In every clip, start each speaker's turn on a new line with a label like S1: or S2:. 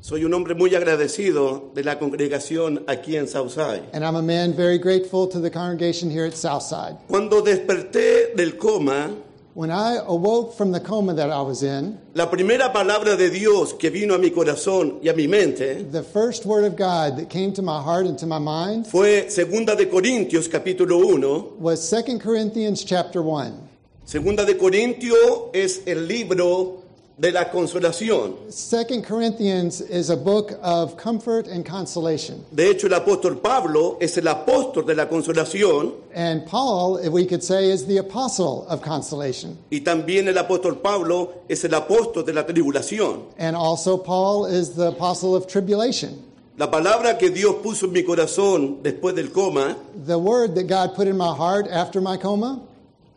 S1: Soy un hombre muy agradecido de la congregación aquí en Southside.
S2: And I'm a man very grateful to the congregation here at Southside.
S1: Cuando desperté del coma,
S2: When I awoke from the coma that I was in,
S1: la primera palabra de Dios que vino a mi corazón y a mi mente
S2: the first word of God that came to my heart and to my mind
S1: fue Segunda de Corintios capítulo 1.
S2: was 2 Corinthians chapter 1.
S1: Segunda de Corintios es el libro de la consolación.
S2: 2 Corinthians is a book of comfort and consolation.
S1: De hecho, el apóstol Pablo es el apóstol de la consolación
S2: And Paul, if we could say, is the apostle of consolation.
S1: y también el apóstol Pablo es el apóstol de la tribulación.
S2: And also, Paul is the apostle of tribulation.
S1: La palabra que Dios puso en mi corazón después del coma
S2: The word that God put in my heart after my coma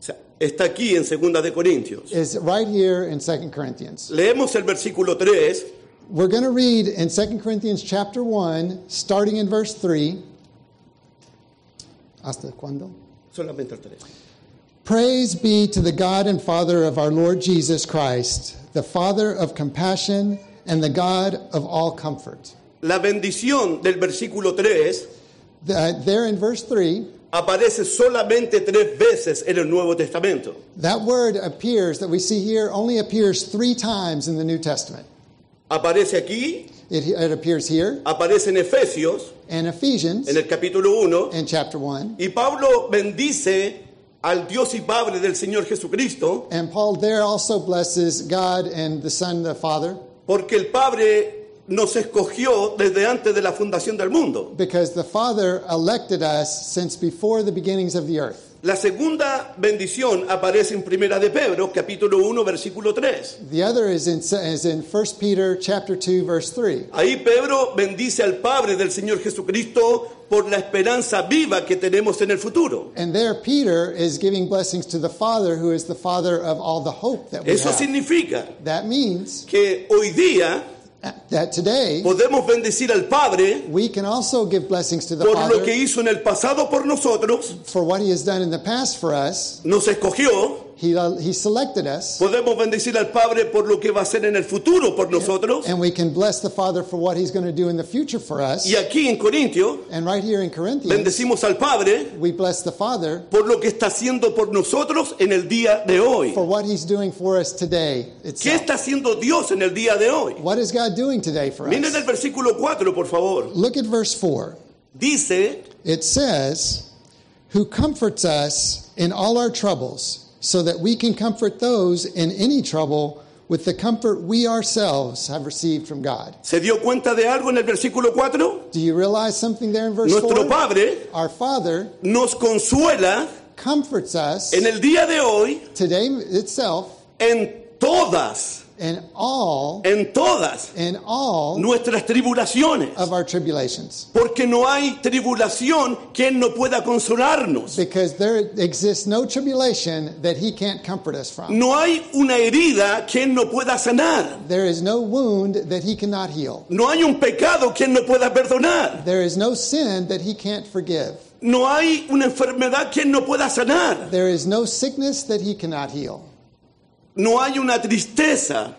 S1: o sea, está aquí en Segunda de Corintios.
S2: is right here in 2 Corinthians.
S1: Leemos el versículo 3
S2: We're going to read in 2 Corinthians chapter 1, starting in verse 3. Hasta cuándo?
S1: Solamente el 3.
S2: Praise be to the God and Father of our Lord Jesus Christ, the Father of compassion and the God of all comfort.
S1: La bendición del versículo 3
S2: The- uh, there in verse 3,
S1: aparece solamente tres veces en el Nuevo Testamento.
S2: that word appears that we see here only appears three times in the New Testament.
S1: Aparece aquí,
S2: It, it appears here
S1: aparece en Efesios,
S2: in Ephesians
S1: en el capítulo 1,
S2: in chapter 1.
S1: y Pablo bendice al Dios y Padre del Señor Jesucristo,
S2: And Paul there also blesses God and the Son, the Father,
S1: porque el Padre nos escogió desde antes de la fundación del mundo.
S2: because the Father elected us since before the beginnings of the earth.
S1: La segunda bendición aparece en Primera de Pedro, capítulo 1, versículo 3.
S2: The other is in, is in 1 Peter chapter 2, verse 3.
S1: Ahí Pedro bendice al Padre del Señor Jesucristo por la esperanza viva que tenemos en el futuro.
S2: And there, Peter is giving blessings to the Father, who is the Father of all the hope that we
S1: Eso
S2: have.
S1: significa
S2: That means
S1: que hoy día
S2: that today
S1: podemos bendecir al Padre
S2: we can also give blessings to the
S1: por lo que
S2: Father
S1: hizo en el pasado por nosotros,
S2: for what He has done in the past for us.
S1: nos escogió,
S2: He, uh, he selected us,
S1: Podemos bendecir al Padre por lo que va a hacer en el futuro por nosotros.
S2: and we can bless the Father for what He's going to do in the future for us.
S1: Y aquí en Corintio
S2: And right here in Corinthians,
S1: bendecimos al Padre
S2: we bless the Father
S1: por lo que está haciendo por nosotros en el día de hoy.
S2: for what He's doing for us today.
S1: ¿Qué
S2: Itself.
S1: está haciendo Dios en el día de hoy?
S2: What is God doing today for
S1: Miren el
S2: us?
S1: versículo 4, por favor.
S2: Look at verse 4.
S1: Dice,
S2: It says, Who comforts us in all our troubles, so that we can comfort those in any trouble with the comfort we ourselves have received from God.
S1: ¿se dio cuenta de algo en el versículo 4?
S2: Do you realize something there in verse
S1: Nuestro
S2: 4?
S1: Padre
S2: Our Father
S1: nos consuela
S2: comforts us
S1: en el día de hoy
S2: today itself
S1: en todas,
S2: in all
S1: en todas
S2: in all
S1: nuestras tribulaciones.
S2: of our tribulations.
S1: Porque no hay tribulación que Él no pueda consolarnos.
S2: Because there exists no tribulation that he can't comfort us from.
S1: No hay una herida que Él no pueda sanar.
S2: There is no wound that he cannot heal.
S1: No hay un pecado que Él no pueda perdonar.
S2: There is no sin that he can't forgive.
S1: No hay una enfermedad que Él no pueda sanar.
S2: There is no sickness that he cannot heal.
S1: No hay una tristeza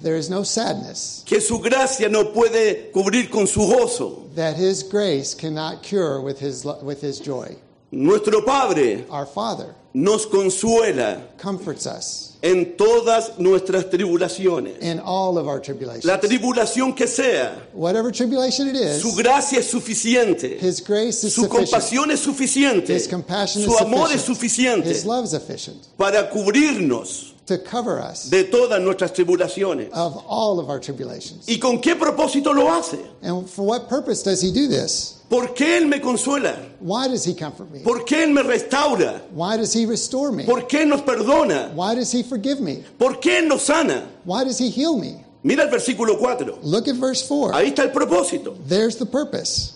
S2: There is no sadness
S1: que su gracia no puede cubrir con su gozo.
S2: that his grace cannot cure with his, lo- with his joy.
S1: Nuestro Padre
S2: Our Father
S1: nos consuela
S2: comforts us
S1: en todas nuestras tribulaciones.
S2: in all of our tribulations.
S1: La tribulación que sea,
S2: Whatever tribulation it
S1: su
S2: is,
S1: gracia es suficiente.
S2: his grace is
S1: Su
S2: sufficient.
S1: compasión es suficiente.
S2: His compassion is
S1: Su amor es
S2: sufficient.
S1: suficiente
S2: His love is sufficient
S1: para cubrirnos
S2: to cover us
S1: de todas nuestras tribulaciones.
S2: of all of our tribulations.
S1: ¿Y con qué propósito lo hace?
S2: And for what purpose does he do this?
S1: ¿Por qué Él me consuela?
S2: Why does he comfort me?
S1: ¿Por qué Él me restaura?
S2: Why does he restore me?
S1: ¿Por qué nos perdona?
S2: Why does he forgive me?
S1: ¿Por qué Él nos sana?
S2: Why does he heal me?
S1: Mira el versículo 4.
S2: Look at verse 4.
S1: Ahí está el propósito.
S2: There's the purpose.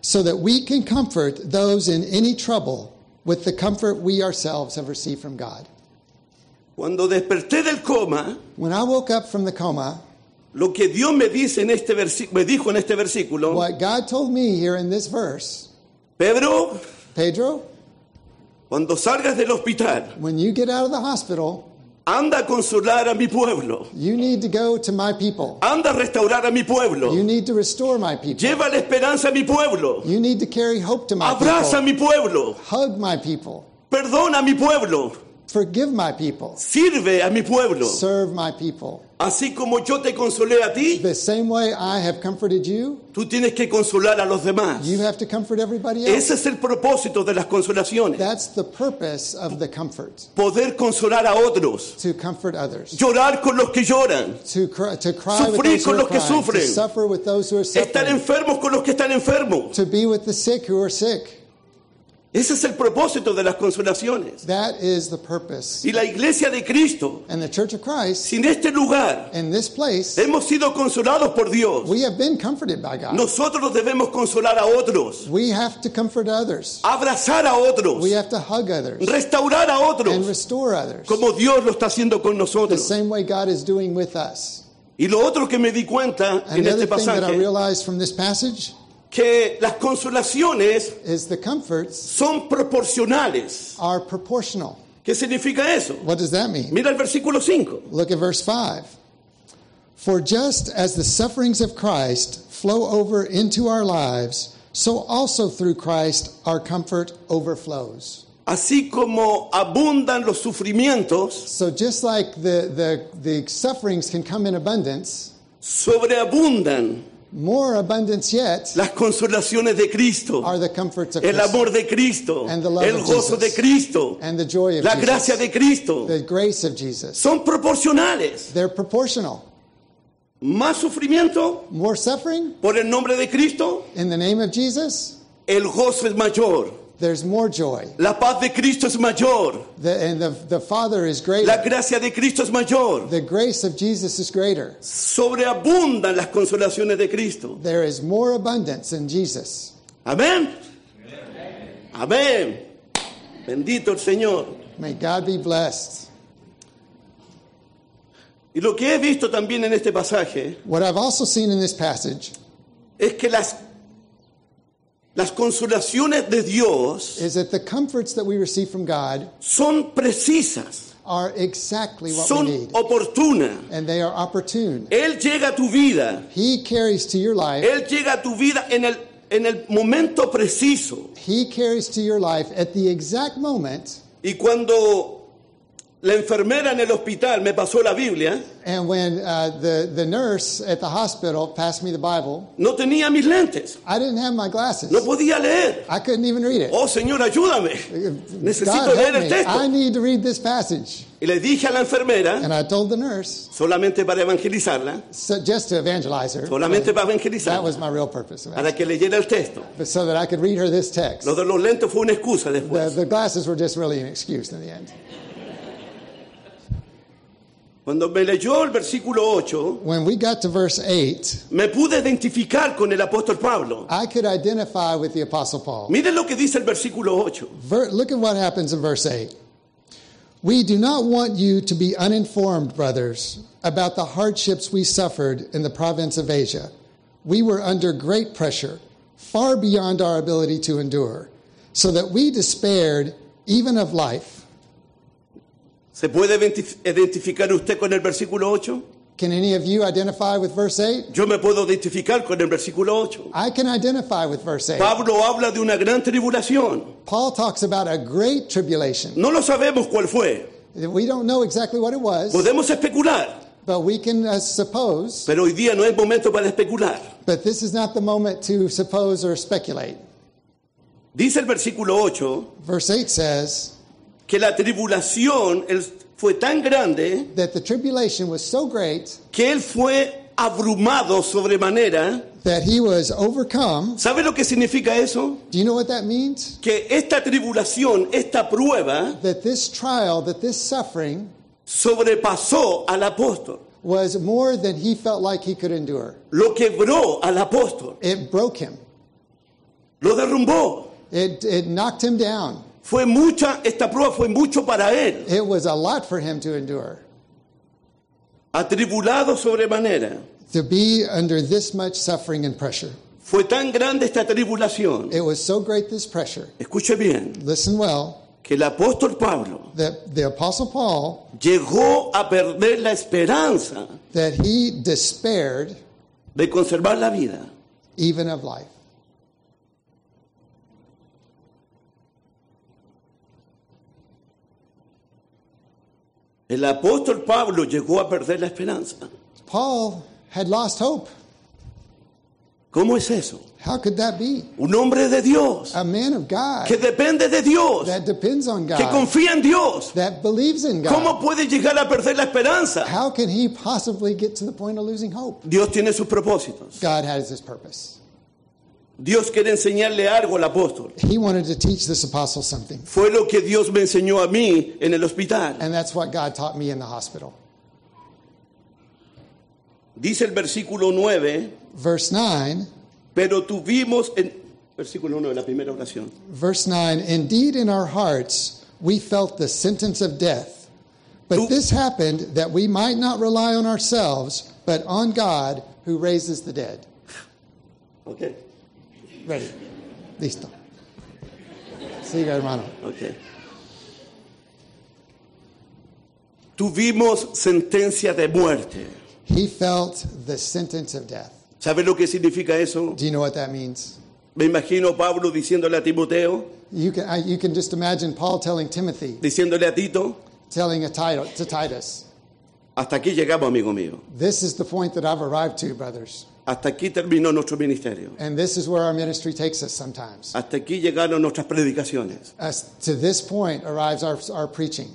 S2: So that we can comfort those in any trouble with the comfort we ourselves have received from God.
S1: Cuando desperté del coma,
S2: When I woke up from the coma,
S1: lo que Dios me, dice en este versi- me dijo en este versículo,
S2: what God told me here in this verse,
S1: Pedro,
S2: Pedro,
S1: cuando salgas del hospital,
S2: when you get out of the hospital,
S1: Anda a consolar a mi pueblo.
S2: You need to go to my people.
S1: Anda a restaurar a mi
S2: You
S1: pueblo.
S2: need to restore my people.
S1: Lleva la esperanza a mi pueblo.
S2: You need to carry hope to my
S1: Abraza a
S2: people.
S1: mi pueblo.
S2: Hug my people.
S1: Perdona a mi pueblo.
S2: Forgive my people.
S1: Sirve a mi pueblo.
S2: Serve my people.
S1: Así como yo te consolé a ti,
S2: The same way I have comforted you,
S1: tú tienes que consolar a los demás.
S2: you have to comfort everybody
S1: Ese
S2: else.
S1: es el propósito de las consolaciones.
S2: That's the purpose of the comfort
S1: Poder consolar a otros.
S2: to comfort others,
S1: Llorar con los que lloran.
S2: to, cry, to cry with
S1: Sufrir
S2: those
S1: con
S2: who are
S1: los que
S2: crying, to
S1: sufren.
S2: suffer with those who are
S1: Estar
S2: suffering,
S1: enfermos con los que están enfermos.
S2: to be with the sick who are sick.
S1: Ese es el propósito de las consolaciones.
S2: That is the purpose.
S1: Y la iglesia de Cristo,
S2: And the Church of Christ,
S1: sin este lugar,
S2: in this place,
S1: hemos sido consolados por Dios.
S2: we have been comforted by God.
S1: Nosotros debemos consolar a otros,
S2: We have to comfort others.
S1: abrazar a otros,
S2: We have to hug others
S1: restaurar a
S2: and
S1: otros,
S2: restore others
S1: como Dios lo está haciendo con
S2: the
S1: nosotros.
S2: same way God is doing with us.
S1: Y lo otro que me di cuenta en
S2: Another
S1: este
S2: thing that I
S1: pasaje,
S2: realized from this passage
S1: que las consolaciones
S2: is the comforts
S1: son proporcionales.
S2: are proportional.
S1: ¿Qué significa eso?
S2: What does that mean?
S1: Mira el versículo 5.
S2: Look at verse 5. For just as the sufferings of Christ flow over into our lives, so also through Christ our comfort overflows.
S1: Así como abundan los sufrimientos,
S2: So just like the, the, the sufferings can come in abundance,
S1: sobreabundan
S2: more abundance yet
S1: las consolaciones de Cristo,
S2: are the comforts of
S1: el
S2: Christ
S1: amor de Cristo,
S2: And the love
S1: el
S2: of
S1: gozo
S2: Jesus.
S1: de Cristo,
S2: and the joy of
S1: la
S2: Jesus,
S1: gracia de Cristo.
S2: the grace of Jesus.
S1: Son proporcionales.
S2: They're proportional.
S1: Más sufrimiento
S2: More suffering
S1: por el nombre de Cristo,
S2: in the name of Jesus,
S1: el gozo es mayor.
S2: there's more joy.
S1: La paz de Cristo es mayor.
S2: The, and the, the Father is greater.
S1: La gracia de Cristo es mayor.
S2: the grace of Jesus is greater.
S1: Sobreabundan las consolaciones de Cristo.
S2: There is more abundance in Jesus.
S1: Amén. Amén. Bendito el Señor.
S2: May God be blessed.
S1: Y lo que he visto también en este pasaje
S2: What I've also seen in this passage
S1: es que las, las consolaciones de Dios
S2: is that the comforts that we receive from God
S1: son precisas,
S2: are exactly what we
S1: son
S2: need,
S1: oportunas.
S2: and they are opportune.
S1: Él llega a tu vida,
S2: He carries to your life.
S1: Él llega a tu vida en el, en el momento preciso.
S2: He carries to your life at the exact moment.
S1: Y cuando la enfermera en el hospital me pasó la Biblia,
S2: And when uh, the the nurse at the hospital passed me the Bible,
S1: no tenía mis lentes,
S2: I didn't have my glasses.
S1: no podía leer.
S2: I couldn't even read it.
S1: Oh Señor, ayúdame. Necesito
S2: God
S1: leer el
S2: help me. I
S1: texto.
S2: need to read this passage.
S1: Y le dije a la enfermera,
S2: And I told the nurse,
S1: solamente para evangelizarla,
S2: so just to evangelize her,
S1: solamente para
S2: That
S1: evangelizarla.
S2: was my real purpose.
S1: para que leyera el texto.
S2: But so that I could read her this text.
S1: Lo de los lentes fue una excusa
S2: The,
S1: después.
S2: the glasses were just really an excuse in the end.
S1: Cuando me leyó el versículo 8,
S2: When we got to verse 8,
S1: me pude identificar con el apóstol Pablo.
S2: I could identify with the Apostle Paul.
S1: Miren lo que dice el versículo 8.
S2: Ver, look at what happens in verse 8. We do not want you to be uninformed, brothers, about the hardships we suffered in the province of Asia. We were under great pressure, far beyond our ability to endure, so that we despaired even of life.
S1: ¿Se puede identi- identificar usted con el versículo 8?
S2: Can any of you identify with verse 8?
S1: Yo me puedo identificar con el versículo 8.
S2: I can identify with verse 8.
S1: Pablo habla de una gran tribulación.
S2: Paul talks about a great tribulation.
S1: No lo sabemos cuál fue.
S2: We don't know exactly what it was,
S1: Podemos especular,
S2: but we can uh, suppose.
S1: pero hoy día no es momento para especular.
S2: But this is not the moment to suppose or speculate.
S1: Dice el versículo 8
S2: Verse 8 says
S1: que la tribulación él, fue tan grande
S2: that the tribulation was so great
S1: que él fue abrumado sobremanera.
S2: that he was overcome.
S1: ¿Sabe lo que significa eso?
S2: Do you know what that means?
S1: Que esta tribulación, esta prueba,
S2: That this trial, that this suffering
S1: sobrepasó al apóstol,
S2: was more than he felt like he could endure.
S1: lo quebró al apóstol,
S2: It broke him,
S1: lo derrumbó.
S2: it, it knocked him down.
S1: Fue mucha, esta prueba fue mucho para él,
S2: It was a lot for him to endure.
S1: atribulado sobremanera.
S2: To be under this much suffering and pressure.
S1: Fue tan grande esta tribulación.
S2: It was so great this pressure.
S1: Escuche bien,
S2: Listen well.
S1: que el apóstol Pablo
S2: that the Apostle Paul,
S1: llegó a perder la esperanza
S2: that he despaired
S1: de conservar la vida.
S2: even of life.
S1: El apóstol Pablo llegó a perder la esperanza.
S2: Paul had lost hope.
S1: ¿Cómo es eso?
S2: How could that be?
S1: Un hombre de Dios,
S2: A man of God
S1: que depende de Dios,
S2: that depends on
S1: que
S2: God,
S1: confía en Dios.
S2: that believes in God.
S1: ¿Cómo puede llegar a perder la esperanza?
S2: How can he possibly get to the point of losing hope?
S1: Dios tiene sus propósitos.
S2: God has his purpose.
S1: Dios quiere enseñarle algo al apóstol.
S2: He wanted to teach this apostle something,
S1: Fue lo que Dios me enseñó a mí en el hospital.
S2: and that's what God taught me in the hospital.
S1: Dice el versículo 9,
S2: Verse 9,
S1: pero tuvimos en... Versículo 1 de la primera oración.
S2: verse 9, indeed in our hearts we felt the sentence of death. But this happened that we might not rely on ourselves, but on God who raises the dead.
S1: Ok,
S2: Ready. Listo. Siga, hermano.
S1: ok. Tuvimos sentencia de muerte.
S2: He felt the sentence of death.
S1: ¿Sabes lo que significa eso?
S2: Do you know what that means?
S1: Me imagino Pablo diciéndole a Timoteo,
S2: You can, I, you can just imagine Paul telling Timothy,
S1: diciéndole a Tito,
S2: telling a title, to Titus,
S1: hasta aquí llegamos, amigo mío.
S2: this is the point that I've arrived to, brothers.
S1: Hasta aquí terminó nuestro ministerio.
S2: And this is where our ministry takes us sometimes.
S1: Hasta aquí llegaron nuestras predicaciones.
S2: Us, to this point arrives our, our preaching.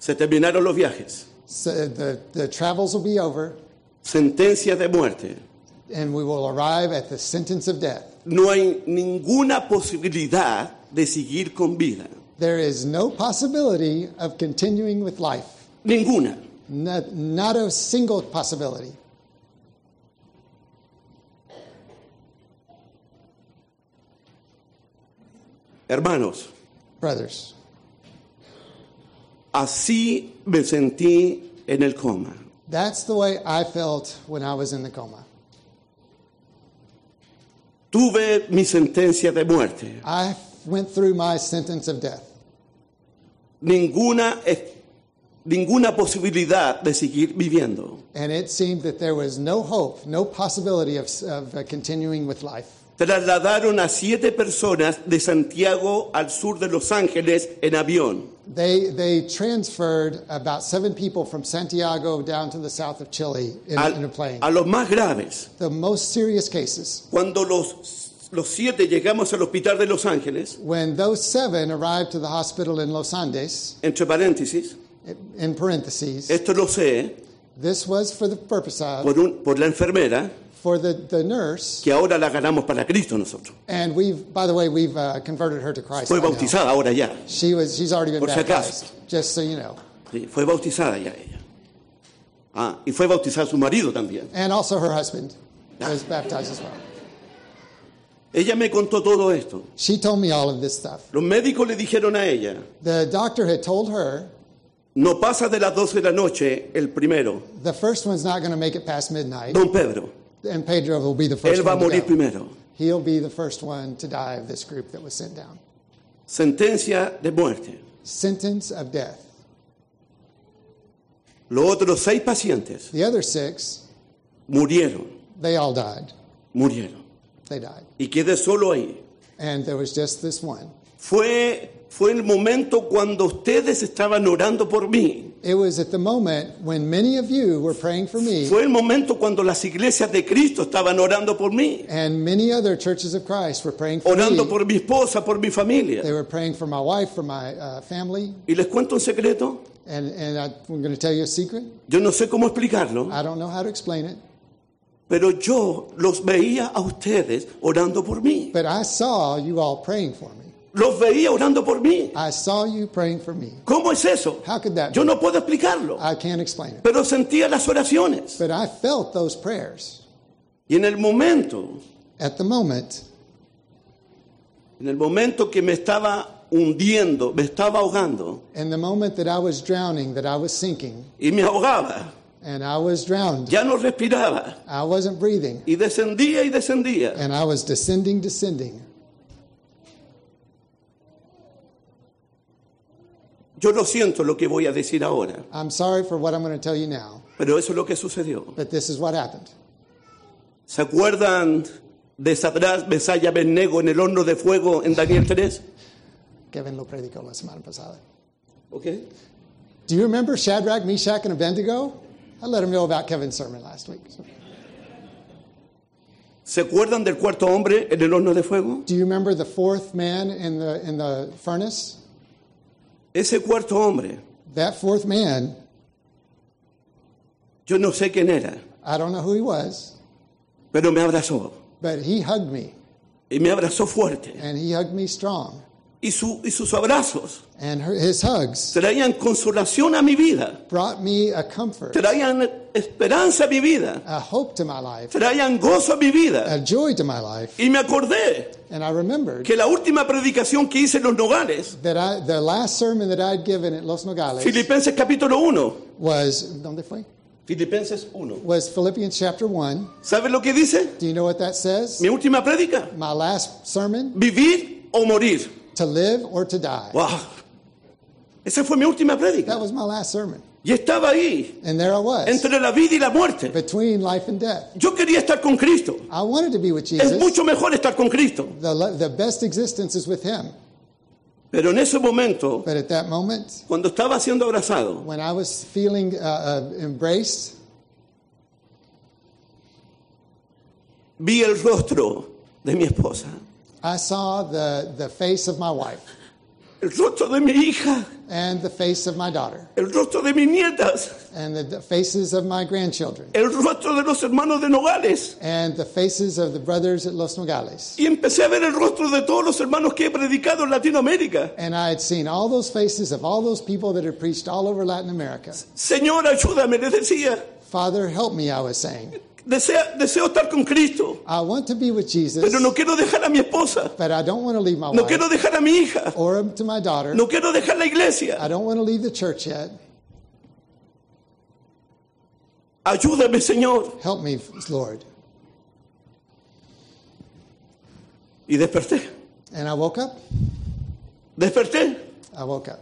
S1: Se terminaron los viajes.
S2: So uh, the, the travels will be over,
S1: Sentencia de muerte.
S2: and we will arrive at the sentence of death.
S1: No hay ninguna posibilidad de seguir con vida.
S2: There is no possibility of continuing with life,
S1: Ninguna.
S2: not, not a single possibility.
S1: Hermanos,
S2: Brothers,
S1: así me sentí en el coma.
S2: that's the way I felt when I was in the coma.
S1: Tuve mi sentencia de muerte.
S2: I went through my sentence of death.
S1: Ninguna, es- ninguna posibilidad de seguir viviendo.
S2: And it seemed that there was no hope, no possibility of, of uh, continuing with life.
S1: Trasladaron a siete personas de Santiago al sur de Los Ángeles en avión.
S2: They, they transferred about seven people from Santiago down to the south of Chile in,
S1: A,
S2: in a plane.
S1: a los más graves.
S2: the most serious cases.
S1: Cuando los, los siete llegamos al hospital de Los Ángeles,
S2: When those seven arrived to the hospital in Los Andes,
S1: entre paréntesis,
S2: in parentheses,
S1: esto lo sé
S2: this was for the purpose of,
S1: por, un, por la enfermera,
S2: for the, the nurse,
S1: que ahora la ganamos para Cristo nosotros.
S2: and we've, by the way, we've uh, converted her to Christ.
S1: Fue
S2: by now.
S1: bautizada ahora ya.
S2: She was, she's already been
S1: Por si
S2: baptized,
S1: acaso.
S2: just so you know.
S1: Sí, fue bautizada ya ella. Ah, y fue bautizada su marido también.
S2: And also her husband was baptized as well.
S1: Ella me contó todo esto.
S2: She told me all of this stuff.
S1: Los médicos le dijeron a ella,
S2: The doctor had told her
S1: no pasa de las 12 de la noche el primero,
S2: the first one's not going to make it past midnight,
S1: don Pedro.
S2: and Pedro will be the first
S1: Él va a
S2: one.
S1: morir
S2: To go.
S1: primero.
S2: He'll be the first one to die of this group that was sent down.
S1: Sentencia de muerte.
S2: Sentence of death.
S1: Los otros seis pacientes
S2: The other six,
S1: murieron,
S2: they all died.
S1: murieron.
S2: They died.
S1: Y quedé solo ahí.
S2: And there was just this one.
S1: Fue, fue el momento cuando ustedes estaban orando por mí.
S2: It was at the moment when many of you were praying for me
S1: Fue el momento cuando las iglesias de Cristo estaban orando por mí,
S2: and many other churches of Christ were praying for
S1: orando
S2: me.
S1: por mi esposa, por mi
S2: They
S1: familia.
S2: were praying for my wife, for my uh, family.
S1: Y les cuento un secreto,
S2: And, and I, I'm going to tell you a secret.
S1: yo no sé cómo explicarlo,
S2: I don't know how to explain it,
S1: pero yo los veía a ustedes orando por mí.
S2: but I saw you all praying for me.
S1: Los veía orando por mí.
S2: I saw you praying for me.
S1: ¿Cómo es eso?
S2: How could that
S1: Yo
S2: be?
S1: no puedo explicarlo,
S2: I can't explain it.
S1: pero sentía las oraciones.
S2: But I felt those prayers.
S1: Y en el momento
S2: At the moment,
S1: En el momento que me estaba hundiendo, me estaba ahogando
S2: in the moment that I was drowning, that I was sinking,
S1: y me ahogaba,
S2: and I was drowned.
S1: ya no respiraba
S2: I wasn't breathing,
S1: y descendía y descendía.
S2: and I was descending, descending.
S1: Yo lo siento lo que voy a decir ahora,
S2: I'm sorry for what I'm going to tell you now,
S1: pero eso es lo que sucedió.
S2: but this is what happened.
S1: ¿Se acuerdan de Sadrach, Mesaya, Abednego en el horno de fuego en Daniel 3?
S2: Kevin lo predicó la semana pasada.
S1: ¿Ok?
S2: Do you remember Shadrach, Meshach, and Abednego? I let him know about Kevin's sermon last week.
S1: ¿Se acuerdan del cuarto hombre en el horno de fuego?
S2: Do you remember the fourth man in the, in the furnace?
S1: Ese cuarto hombre,
S2: That fourth man,
S1: yo no sé quién era,
S2: I don't know who he was,
S1: pero me abrazó.
S2: but he hugged me,
S1: Y me abrazó fuerte.
S2: and he hugged me strong.
S1: Y, su- y sus abrazos
S2: And her, his hugs
S1: traían consolación a mi vida,
S2: brought me a comfort,
S1: traían esperanza a mi vida,
S2: a hope to my life,
S1: traían gozo a mi vida.
S2: a joy to my life.
S1: Y me acordé
S2: And I remembered
S1: que la última predicación que hice en los Nogales,
S2: that I, the last sermon that I had given at Los Nogales
S1: Filipenses capítulo 1,
S2: was, ¿dónde fue?
S1: Filipenses 1,
S2: was Philippians chapter 1.
S1: ¿sabes lo que dice?
S2: Do you know what that says?
S1: Mi última prédica,
S2: My last sermon,
S1: vivir o morir.
S2: to live or to die.
S1: ¡Wow! Esa fue mi última prédica.
S2: That was my last sermon.
S1: Y estaba ahí,
S2: And there I was,
S1: entre la vida y la muerte.
S2: between life and death.
S1: Yo quería estar con Cristo.
S2: I wanted to be with
S1: Es
S2: Jesus.
S1: mucho mejor estar con Cristo.
S2: The, le- the best existence is with him.
S1: Pero en ese momento,
S2: But at that moment,
S1: cuando estaba siendo abrazado,
S2: when I was feeling uh, uh, embraced,
S1: vi el rostro de mi esposa,
S2: I saw the, the face of my wife
S1: el rostro de mi hija,
S2: and the face of my daughter
S1: el rostro de mis nietas,
S2: and the, the faces of my grandchildren
S1: el rostro de los hermanos de Nogales.
S2: and the faces of the brothers at Los Nogales.
S1: Y empecé a ver el rostro de todos los hermanos que he predicado en Latinoamérica.
S2: And I had seen all those faces of all those people that had preached all over Latin America.
S1: Señor, ayúdame, les decía.
S2: Father, help me, I was saying.
S1: Desea- deseo estar con Cristo,
S2: I want to be with Jesus,
S1: pero no quiero dejar a mi esposa,
S2: but I don't want to leave my
S1: no
S2: wife
S1: quiero dejar a mi hija,
S2: or to my daughter.
S1: no quiero dejar la iglesia.
S2: I don't want to leave the church yet.
S1: Ayúdame, Señor.
S2: Help me, Lord.
S1: Y desperté,
S2: And I woke up.
S1: desperté.
S2: I woke up.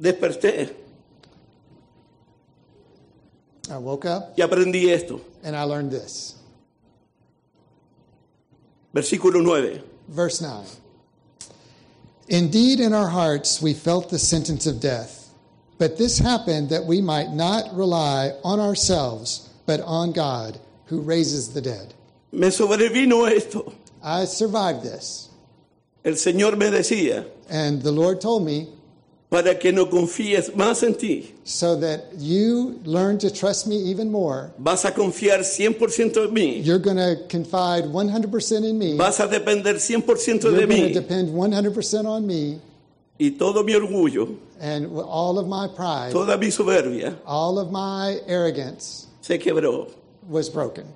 S1: desperté
S2: I woke up
S1: y aprendí esto.
S2: and I learned this.
S1: Versículo 9.
S2: Verse 9. Indeed, in our hearts we felt the sentence of death, but this happened that we might not rely on ourselves, but on God who raises the dead.
S1: Me sobrevino esto.
S2: I survived this.
S1: El Señor me decía,
S2: And the Lord told me,
S1: para que no confíes más en ti,
S2: so that you learn to trust me even more.
S1: vas a confiar 100% en mí,
S2: You're going to confide 100% in me.
S1: vas a depender 100%
S2: You're
S1: de
S2: going to
S1: mí
S2: depend 100% on me
S1: y todo mi orgullo,
S2: and w- all of my pride,
S1: toda mi soberbia
S2: all of my arrogance
S1: se quebró.
S2: was broken.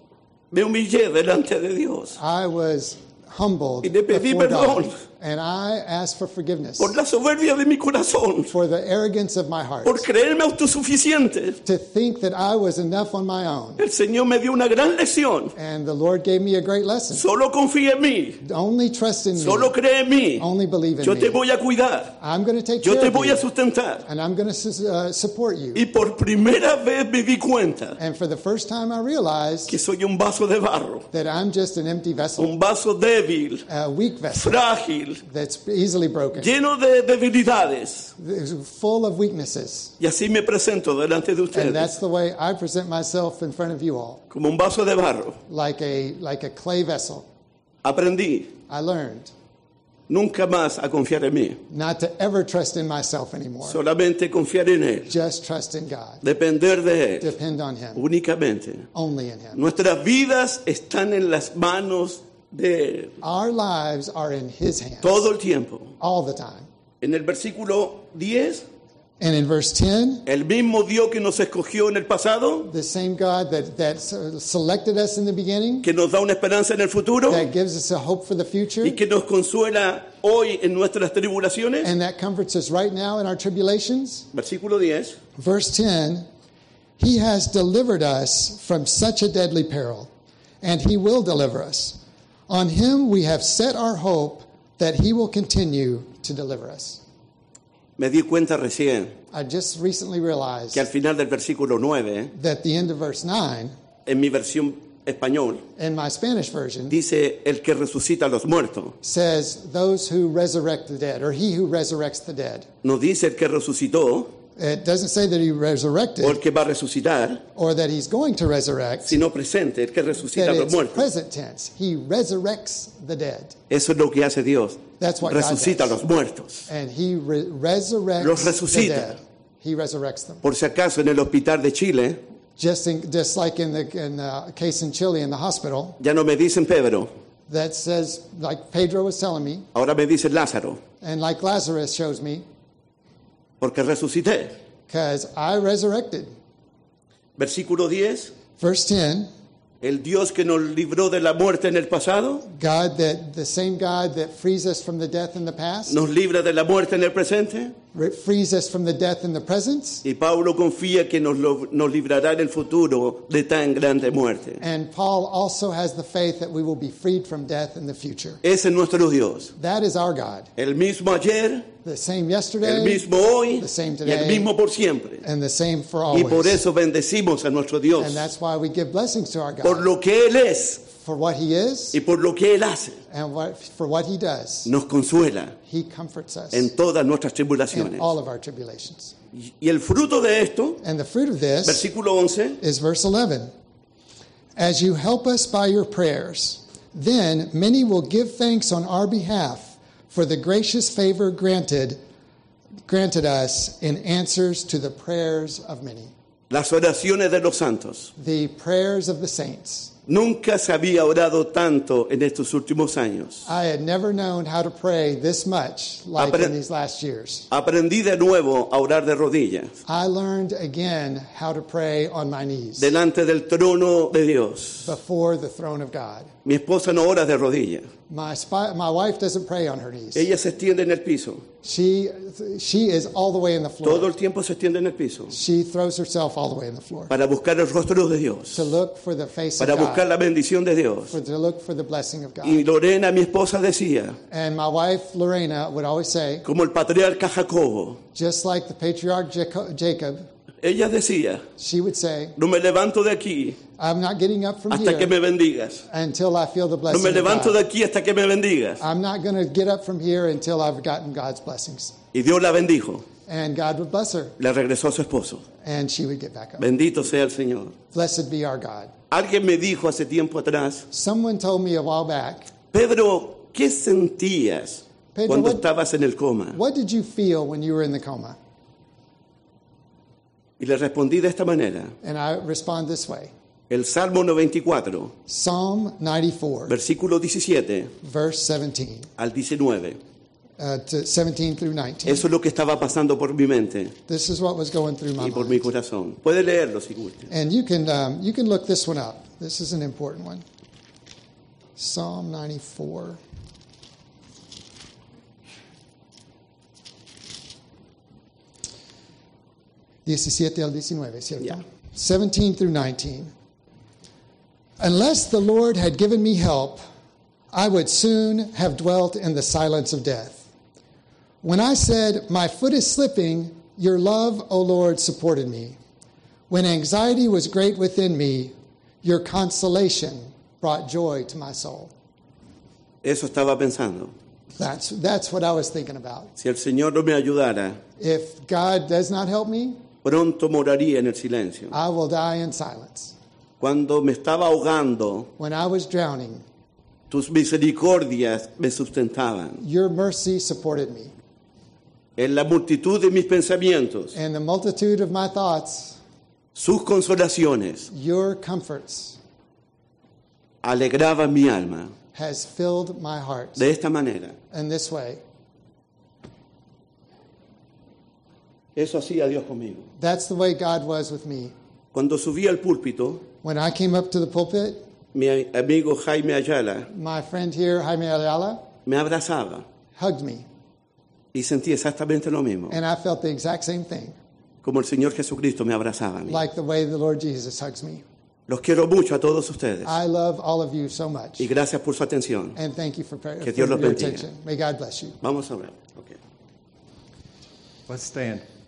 S1: Me humillé delante de Dios
S2: I was humbled
S1: Y le pedí
S2: before God,
S1: perdón.
S2: and I asked for forgiveness
S1: por la soberbia de mi corazón,
S2: for the arrogance of my heart
S1: por creerme autosuficiente.
S2: to think that I was enough on my own.
S1: El Señor me dio una gran lección.
S2: And the Lord gave me a great lesson.
S1: Solo confía en mí,
S2: Only trust in
S1: solo
S2: me.
S1: cree en mí.
S2: Only believe in
S1: Yo te
S2: me.
S1: voy a cuidar,
S2: I'm going to take
S1: yo
S2: care
S1: te
S2: of
S1: voy a
S2: you.
S1: sustentar.
S2: and I'm going to su- uh, support you.
S1: Y por primera vez me di cuenta
S2: And for the first time, I realized
S1: que soy un vaso de barro,
S2: that I'm just an empty vessel,
S1: un vaso débil,
S2: a weak vessel
S1: frágil,
S2: that's easily broken,
S1: lleno de debilidades.
S2: that's full of weaknesses.
S1: Y así me presento delante de
S2: And
S1: ustedes,
S2: that's the way I present myself in front of you all,
S1: como un vaso de barro.
S2: like a like a clay vessel.
S1: Aprendí
S2: I learned
S1: nunca más a confiar en mí,
S2: not to ever trust in myself anymore.
S1: solamente confiar en Él,
S2: just trust in God.
S1: depender de Él
S2: Depend on Him.
S1: únicamente.
S2: Only in Him.
S1: Nuestras vidas están en las manos de Él
S2: Our lives are in His hands
S1: todo el tiempo.
S2: all the time.
S1: En el versículo 10
S2: And in verse 10,
S1: El mismo Dios que nos escogió en el pasado,
S2: the same God that, that selected us in the beginning
S1: que nos da una esperanza en el futuro
S2: that gives us a hope for the future
S1: y que nos consuela hoy en nuestras tribulaciones.
S2: and that comforts us right now in our tribulations.
S1: Versículo 10.
S2: Verse 10 He has delivered us from such a deadly peril, and He will deliver us. On him we have set our hope that he will continue to deliver us.
S1: Me di cuenta recién
S2: I just recently realized
S1: que al final del versículo 9,
S2: that the end of verse 9
S1: en mi versión español,
S2: in my Spanish version
S1: dice el que resucita a los muertos.
S2: says, Those who resurrect the dead, or he who resurrects the dead.
S1: No dice el que resucitó
S2: It doesn't say that he resurrected
S1: o el que va a resucitar,
S2: or that he's going to resurrect,
S1: sino presente, el que
S2: that
S1: resucita a los
S2: it's
S1: muertos.
S2: present tense. He resurrects the dead,
S1: Eso es lo que hace Dios.
S2: That's what God
S1: Resucita a
S2: does.
S1: los muertos.
S2: and he re- resurrects
S1: Los
S2: the
S1: resucita.
S2: dead. He resurrects them.
S1: Por si acaso, en el hospital de Chile
S2: Just, in, just like in the in the case in Chile in the hospital
S1: ya no me dicen Pedro,
S2: that says, like Pedro was telling me,
S1: ahora me dicen Lázaro,
S2: and like Lazarus shows me,
S1: porque resucité.
S2: because I resurrected.
S1: Versículo 10,
S2: Verse 10
S1: el Dios que nos libró de la muerte en el pasado,
S2: God that the same God that frees us from the death in the past
S1: nos libra de la muerte en el presente.
S2: re- frees us from the death in the present.
S1: Y Pablo confía que nos, lo- nos librará en el futuro de tan grande muerte.
S2: And Paul also has the faith that we will be freed from death in the future.
S1: Ese es nuestro Dios.
S2: That is our God.
S1: El mismo ayer,
S2: The same
S1: el
S2: yesterday
S1: mismo hoy
S2: the same
S1: y el
S2: today.
S1: mismo por siempre.
S2: and the same for
S1: Y por
S2: always.
S1: eso bendecimos a nuestro Dios.
S2: And that's why we give blessings to our
S1: Por
S2: God
S1: lo que Él es
S2: for what he is
S1: y por lo que Él hace,
S2: and what, for what he does.
S1: nos consuela
S2: He comforts us
S1: en todas nuestras
S2: in
S1: tribulaciones.
S2: all of our tribulations.
S1: Y y el fruto de esto,
S2: And the fruit of this
S1: versículo 11,
S2: is verse 11. As you help us by your prayers, then many will give thanks on our behalf for the gracious favor granted granted us in answers to the prayers of many.
S1: las oraciones de los santos.
S2: The prayers of the saints.
S1: Nunca se había orado tanto en estos últimos años.
S2: I had never known how to pray this much like
S1: Apre-
S2: in these last years.
S1: Aprendí de nuevo a orar de rodillas,
S2: I learned again how to pray on my knees
S1: delante del trono de Dios.
S2: before the throne of God.
S1: Mi esposa no ora de rodillas.
S2: My, spi- my wife doesn't pray on her knees.
S1: Ella se extiende en el piso.
S2: She she is all the way in the floor.
S1: Todo el tiempo se extiende en el piso
S2: She throws herself all the way in the floor
S1: para buscar el rostro de Dios,
S2: to look for the face
S1: para
S2: of God,
S1: buscar la bendición de Dios.
S2: for, to look for the blessing of God.
S1: Y Lorena, mi esposa, decía,
S2: And my wife Lorena would always say,
S1: como el patriarca Jacobo,
S2: just like the patriarch Jaco- Jacob,
S1: ella decía,
S2: she would say,
S1: no me levanto de aquí
S2: "I'm not getting up from
S1: hasta
S2: here
S1: que me bendigas.
S2: until I feel the
S1: No
S2: blessing
S1: me
S2: of
S1: levanto
S2: God.
S1: de aquí hasta que me bendigas.
S2: I'm not going to get up from here until I've gotten God's blessings."
S1: Y Dios la bendijo,
S2: And God would bless her,
S1: la regresó a su esposo.
S2: and she would get back up.
S1: Bendito sea el Señor.
S2: Blessed be our God.
S1: Alguien me dijo hace tiempo atrás,
S2: Someone told me a while back,
S1: Pedro, ¿qué sentías
S2: Pedro,
S1: cuando
S2: what-
S1: estabas en el coma?
S2: "What did you feel when you were in the coma?"
S1: Y le respondí de esta manera.
S2: And I respond this way
S1: El Salmo 94,
S2: Psalm 94,
S1: versículo 17
S2: verse 17,
S1: al 19.
S2: uh, to 17 through 19.
S1: Eso es lo que estaba pasando por mi mente
S2: This is what was going through my
S1: y por mi
S2: mind.
S1: corazón. Puede leerlo si gusta.
S2: And you can, um, you can look this one up. This is an important one. Psalm 94. Diecisiete al diecinueve, ¿cierto?
S1: Yeah.
S2: 17 through 19. Unless the Lord had given me help, I would soon have dwelt in the silence of death. When I said, My foot is slipping, your love, O Lord, supported me. When anxiety was great within me, your consolation brought joy to my soul.
S1: Eso estaba pensando.
S2: That's, that's what I was thinking about.
S1: Si el Señor no me ayudara,
S2: If God does not help me,
S1: pronto moraría en el silencio.
S2: I will die in silence.
S1: Cuando me estaba ahogando,
S2: When I was drowning,
S1: tus misericordias me sustentaban.
S2: your mercy supported me.
S1: En la multitud de mis pensamientos,
S2: And the multitude of my thoughts,
S1: sus consolaciones
S2: your comforts,
S1: alegraban mi alma.
S2: has filled my heart.
S1: De esta manera.
S2: And this way,
S1: Eso hacía Dios conmigo.
S2: that's the way God was with me.
S1: Cuando subí al púlpito,
S2: When I came up to the pulpit,
S1: mi amigo Jaime Ayala
S2: my friend here, Jaime Ayala,
S1: me abrazaba
S2: hugged me.
S1: y sentí exactamente lo mismo,
S2: And I felt the exact same thing,
S1: como el Señor Jesucristo me abrazaba a mí.
S2: like the way the Lord Jesus hugs me.
S1: Los quiero mucho a todos ustedes
S2: I love all of you so much.
S1: y gracias por su atención.
S2: And thank you for, for
S1: Que Dios
S2: your
S1: los bendiga.
S2: attention. May God bless you.
S1: Vamos a ver. Okay.
S3: Let's stand.